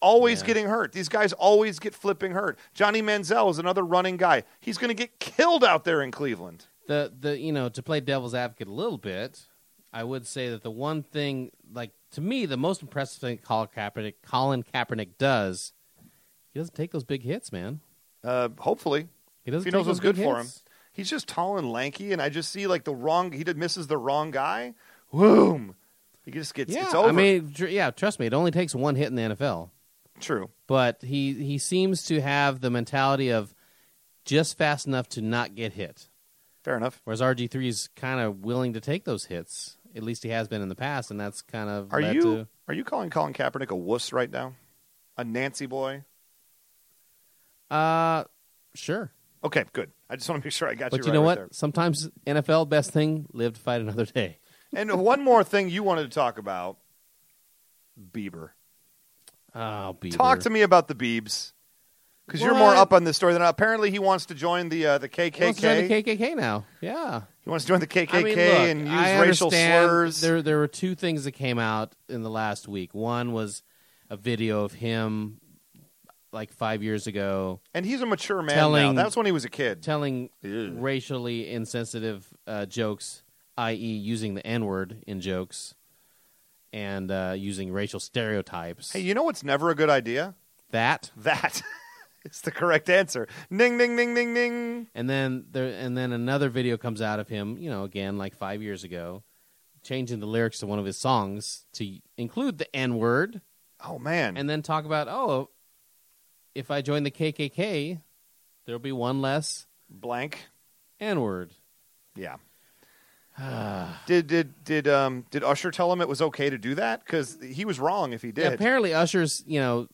S2: Always
S3: Yeah.
S2: getting hurt. These guys always get flipping hurt. Johnny Manziel is another running guy. He's going to get killed out there in Cleveland.
S3: the the you know to play devil's advocate a little bit, I would say that the one thing like to me the most impressive thing Colin Kaepernick Colin Kaepernick does, he doesn't take those big hits, man.
S2: Uh, hopefully,
S3: He doesn't.
S2: if he
S3: take
S2: knows what's
S3: those big
S2: good for him.
S3: hits.
S2: He's just tall and lanky, and I just see like the wrong. He did misses the wrong guy. Boom. He just gets.
S3: yeah,
S2: it's over.
S3: I mean, tr- yeah, trust me, it only takes one hit in the NFL,
S2: true.
S3: but he he seems to have the mentality of just fast enough to not get hit.
S2: Fair enough.
S3: Whereas RG three is kind of willing to take those hits. At least he has been in the past, and that's kind of
S2: Are
S3: led
S2: you
S3: to-
S2: are you calling Colin Kaepernick a wuss right now? A Nancy boy?
S3: uh sure.
S2: Okay, good. I just want to make sure I got
S3: But
S2: you.
S3: you
S2: right
S3: know
S2: right
S3: what? Sometimes NFL best thing live to fight another day.
S2: there. And one more thing you wanted to talk about, Bieber.
S3: Oh, Bieber.
S2: Talk to me about the Biebs. Because you're more
S3: What?
S2: up on this story than I. apparently he wants to join the uh, the KKK.
S3: He wants to join the KKK now. Yeah.
S2: He wants to join the KKK
S3: I mean, look,
S2: and use
S3: I
S2: racial
S3: understand
S2: slurs.
S3: There, there were two things that came out in the last week. One was a video of him, like five years ago,
S2: and he's a mature man
S3: telling-
S2: now. That's when he was a kid.
S3: telling
S2: Ew.
S3: racially insensitive uh, jokes, i.e., using the N word in jokes and uh, using racial stereotypes.
S2: hey, you know what's never a good idea?
S3: that
S2: That. is the correct answer. Ning, ning, ning, ning, ning.
S3: And then there, and then another video comes out of him, you know, again like five years ago, changing the lyrics to one of his songs to include the N word,
S2: Oh man,
S3: and then talk about oh, if I join the KKK, there'll be one less
S2: blank.
S3: N word.
S2: Yeah. did did did um did Usher tell him it was okay to do that? Because he was wrong if he did.
S3: Apparently, Usher's you know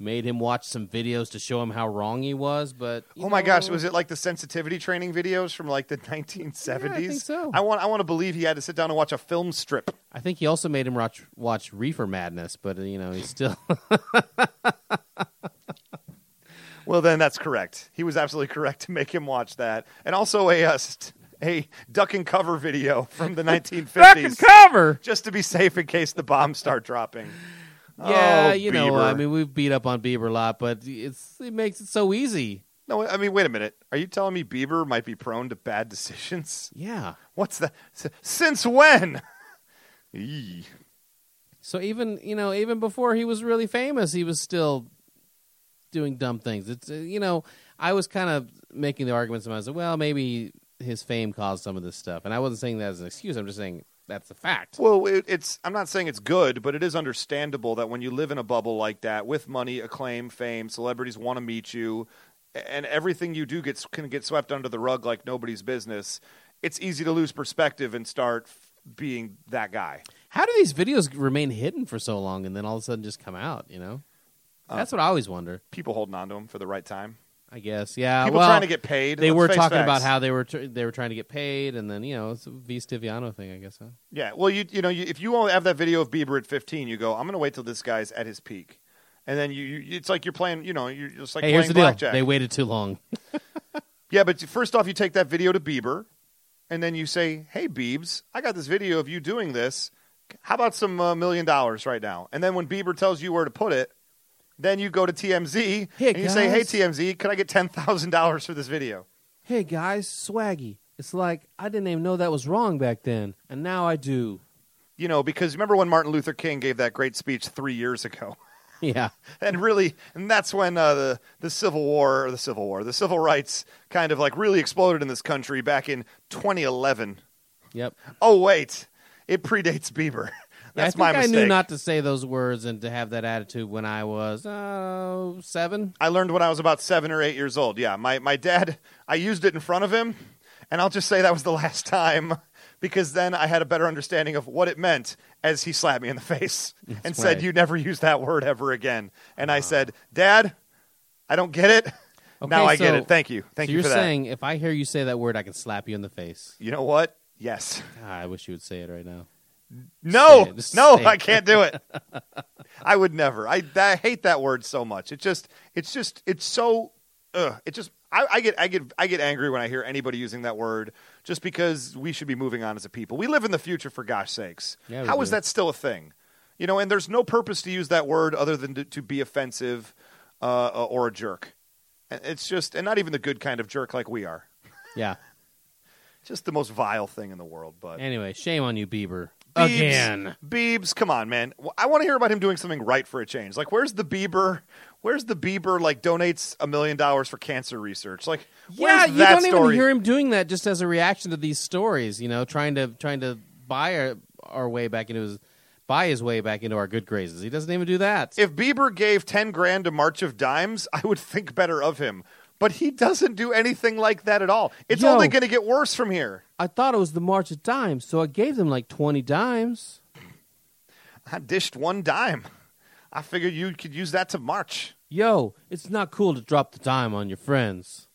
S3: made him watch some videos to show him how wrong he was. But you
S2: Oh my
S3: know,
S2: gosh, was it like the sensitivity training videos from like the 1970s?
S3: Yeah, I think so.
S2: I want I want to believe he had to sit down and watch a film strip.
S3: I think he also made him watch watch Reefer Madness, but uh, you know he's still
S2: Well, then that's correct. He was absolutely correct to make him watch that, and also a uh, st- a duck and cover video from the 1950s,
S3: cover.
S2: just to be safe in case the bombs start dropping.
S3: Yeah,
S2: Oh,
S3: you know,
S2: Bieber.
S3: I mean, we've beat up on Bieber a lot, but it's it makes it so easy.
S2: No, I mean, wait a minute. Are you telling me Bieber might be prone to bad decisions?
S3: Yeah.
S2: What's that? S- Since when? Eee.
S3: So even you know even before he was really famous, he was still doing dumb things. It's uh, you know I was kind of making the arguments, and I was like, well, maybe his fame caused some of this stuff, and I wasn't saying that as an excuse. I'm just saying that's a fact.
S2: Well, it, it's. I'm not saying it's good, but it is understandable that when you live in a bubble like that, with money, acclaim, fame, celebrities want to meet you, and everything you do gets can get swept under the rug like nobody's business. It's easy to lose perspective and start f- being that guy.
S3: How do these videos remain hidden for so long, and then all of a sudden just come out? You know,
S2: Uh,
S3: that's what I always wonder.
S2: People holding on to him for the right time.
S3: I guess, yeah.
S2: People
S3: Uh, well,
S2: trying to get paid.
S3: They
S2: Let's
S3: were
S2: face
S3: talking about
S2: facts.
S3: how they were tr- they were trying to get paid, and then you know it's a V Stiviano thing, I guess. Huh?
S2: Yeah, well, you you know, you, if you only have that video of Bieber at 15, you go, I'm going to wait till this guy's at his peak, and then you, you it's like you're playing, you know, you're just like
S3: hey,
S2: playing
S3: here's the deal.
S2: blackjack.
S3: They waited too long.
S2: Yeah, but first off, you take that video to Bieber, and then you say, "Hey, Biebs, I got this video of you doing this. How about some uh, million dollars right now?" And then when Bieber tells you where to put it, then you go to TMZ
S3: Hey,
S2: and you say, "Hey,
S3: guys."
S2: TMZ, could I get ten thousand dollars for this video?"
S3: Hey guys, swaggy. It's like I didn't even know that was wrong back then, and now I do.
S2: You know, because remember when Martin Luther King gave that great speech three years ago,
S3: Yeah,
S2: and really, and that's when uh, the the Civil War or the Civil War, the civil rights kind of like really exploded in this country back in 2011.
S3: yep.
S2: Oh wait, it predates Bieber.
S3: Yeah,
S2: That's
S3: I think
S2: my
S3: I
S2: mistake.
S3: knew not to say those words and to have that attitude when I was uh, seven.
S2: I learned when I was about seven or eight years old. Yeah, my my dad. I used it in front of him, and I'll just say that was the last time because then I had a better understanding of what it meant as he slapped me in the face and
S3: right. Uh-huh.
S2: said, "You never use that word ever again." And I said, "Dad, I don't get it. now
S3: Okay,
S2: I get
S3: so-
S2: it. Thank you. Thank
S3: so
S2: you
S3: are
S2: for that."
S3: saying if I hear you say that word, I can slap you in the face.
S2: you know what? Yes.
S3: God, I wish you would say it right now.
S2: No,
S3: Say it. Just
S2: no,
S3: say
S2: I
S3: it.
S2: can't do it. I would never. I, I hate that word so much. It just, it's just, it's so. Ugh, it just, I, I get, I get, I get angry when I hear anybody using that word, just because we should be moving on as a people. We live in the future, for gosh sakes.
S3: Yeah, we
S2: How is
S3: do.
S2: that still a thing? You know, and there's no purpose to use that word other than to, to be offensive uh, or a jerk. And It's just, and not even the good kind of jerk like we are.
S3: Yeah.
S2: Just the most vile thing in the world. But
S3: Anyway, shame on you, Bieber.
S2: Biebs.
S3: Again.
S2: Biebs, come on, man. W- I want to hear about him doing something right for a change. Like, where's the Bieber? Where's the Bieber? Like, donates a million dollars for cancer research. Like,
S3: Yeah,
S2: where's
S3: you
S2: that
S3: don't even
S2: story?
S3: hear him doing that just as a reaction to these stories. You know, trying to trying to buy our, our way back into his buy his way back into our good graces. He doesn't even do that.
S2: if Bieber gave ten grand to March of Dimes, I would think better of him. But he doesn't do anything like that at all. It's
S3: Yo.
S2: only going to get worse from here.
S3: I thought it was the March of Dimes, so I gave them like twenty dimes.
S2: I dished one dime. I figured you could use that to march.
S3: Yo, it's not cool to drop the dime on your friends.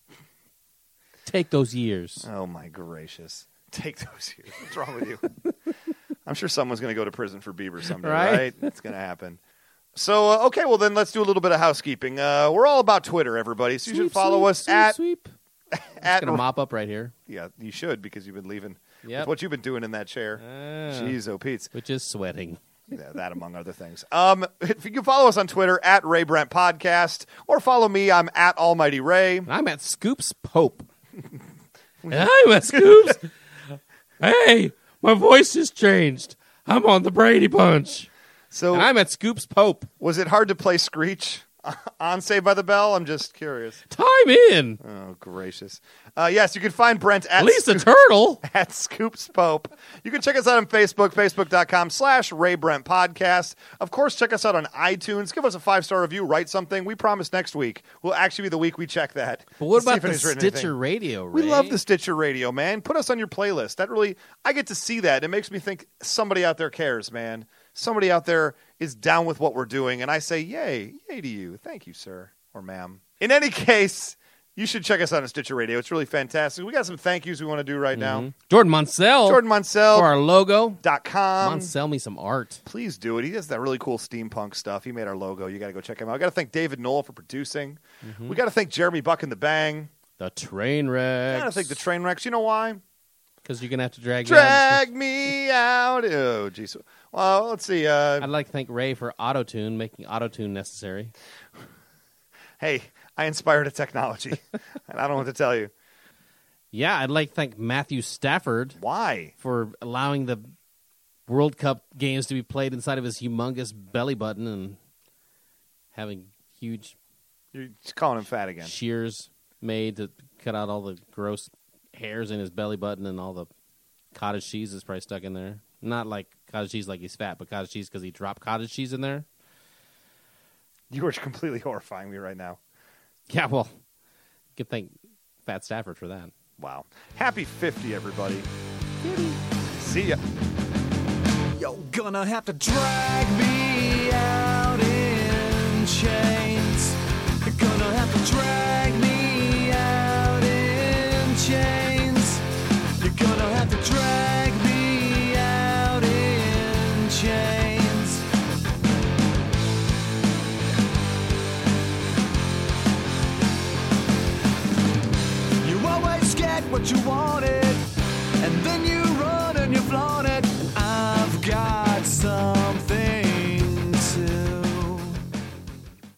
S3: Take those years.
S2: Oh my gracious! Take those here. What's wrong with you? I'm sure someone's going to go to prison for Bieber someday,
S3: Right?
S2: right? It's going to happen. So uh, okay, well then let's do a little bit of housekeeping. Uh, we're all about Twitter, everybody. So you should
S3: Sweep,
S2: follow
S3: sweep,
S2: us
S3: sweep,
S2: at
S3: sweep. It's
S2: at
S3: gonna mop up right here.
S2: yeah. You should because you've been leaving
S3: Yep. Uh.
S2: with what you've been doing in that chair. Jeez, oh Pete's.
S3: Which is sweating.
S2: Yeah, that among other things. Um, if you can follow us on Twitter at Ray Brent Podcast or follow me, I'm at Almighty Ray.
S3: And I'm at Scoops Pope. and I'm at Scoops. hey, my voice has changed. I'm on the Brady Bunch.
S2: So
S3: And I'm at Scoops Pope.
S2: was it hard to play Screech on Saved by the Bell? I'm just curious.
S3: Time in.
S2: Oh, gracious. Uh, yes, you can find Brent at
S3: Lisa Turtle.
S2: at Scoops Pope. You can check us out on Facebook, facebook.com slash Ray Brent Podcast. Of course, check us out on iTunes. Give us a five star review, write something. We promise next week will actually be the week we check that.
S3: But what
S2: to see
S3: about
S2: if it
S3: the
S2: has written anything.
S3: Stitcher Radio?
S2: We
S3: Ray?
S2: love the Stitcher Radio, man. Put us on your playlist. That really, I get to see that. It makes me think somebody out there cares, man. Somebody out there is down with what we're doing, and I say, yay, yay to you. Thank you, sir or ma'am. In any case, you should check us out on Stitcher Radio. It's really fantastic. We got some thank yous we want to do right now.
S3: Jordan Monsell
S2: Jordan
S3: Mm-hmm. Oh, for
S2: Monsell
S3: our logo.
S2: dot com.
S3: Monsell me some art.
S2: Please do it. He does that really cool steampunk stuff. He made our logo. You got to go check him out. I got to thank David Knoll for producing.
S3: Mm-hmm.
S2: We got to thank Jeremy Buck and the Bang.
S3: The train wreck.
S2: I got to thank the train wrecks. You know why?
S3: because you're gonna have to drag. you out of
S2: Drag me out. Oh, jeez. Well, let's see.
S3: the-
S2: Uh,
S3: I'd like to thank Ray for auto tune, making auto tune necessary.
S2: hey, I inspired a technology, and I don't want to tell you
S3: Yeah, I'd like to thank Matthew Stafford
S2: why.
S3: for allowing the World Cup games to be played inside of his humongous belly button and having huge
S2: You're just calling him fat again.
S3: shears made to cut out all the gross hairs in his belly button and all the cottage cheese that's probably stuck in there. Not like cottage cheese like he's fat, but cottage cheese because he dropped cottage cheese in there.
S2: You are completely horrifying me right now.
S3: Yeah, well, good thank Fat Stafford for that.
S2: Wow. Happy 50, everybody. See ya.
S1: You're gonna have to drag me out in chains. You're gonna have to drag me out in chains. You're gonna have to drag me out in chains. You always get what you wanted.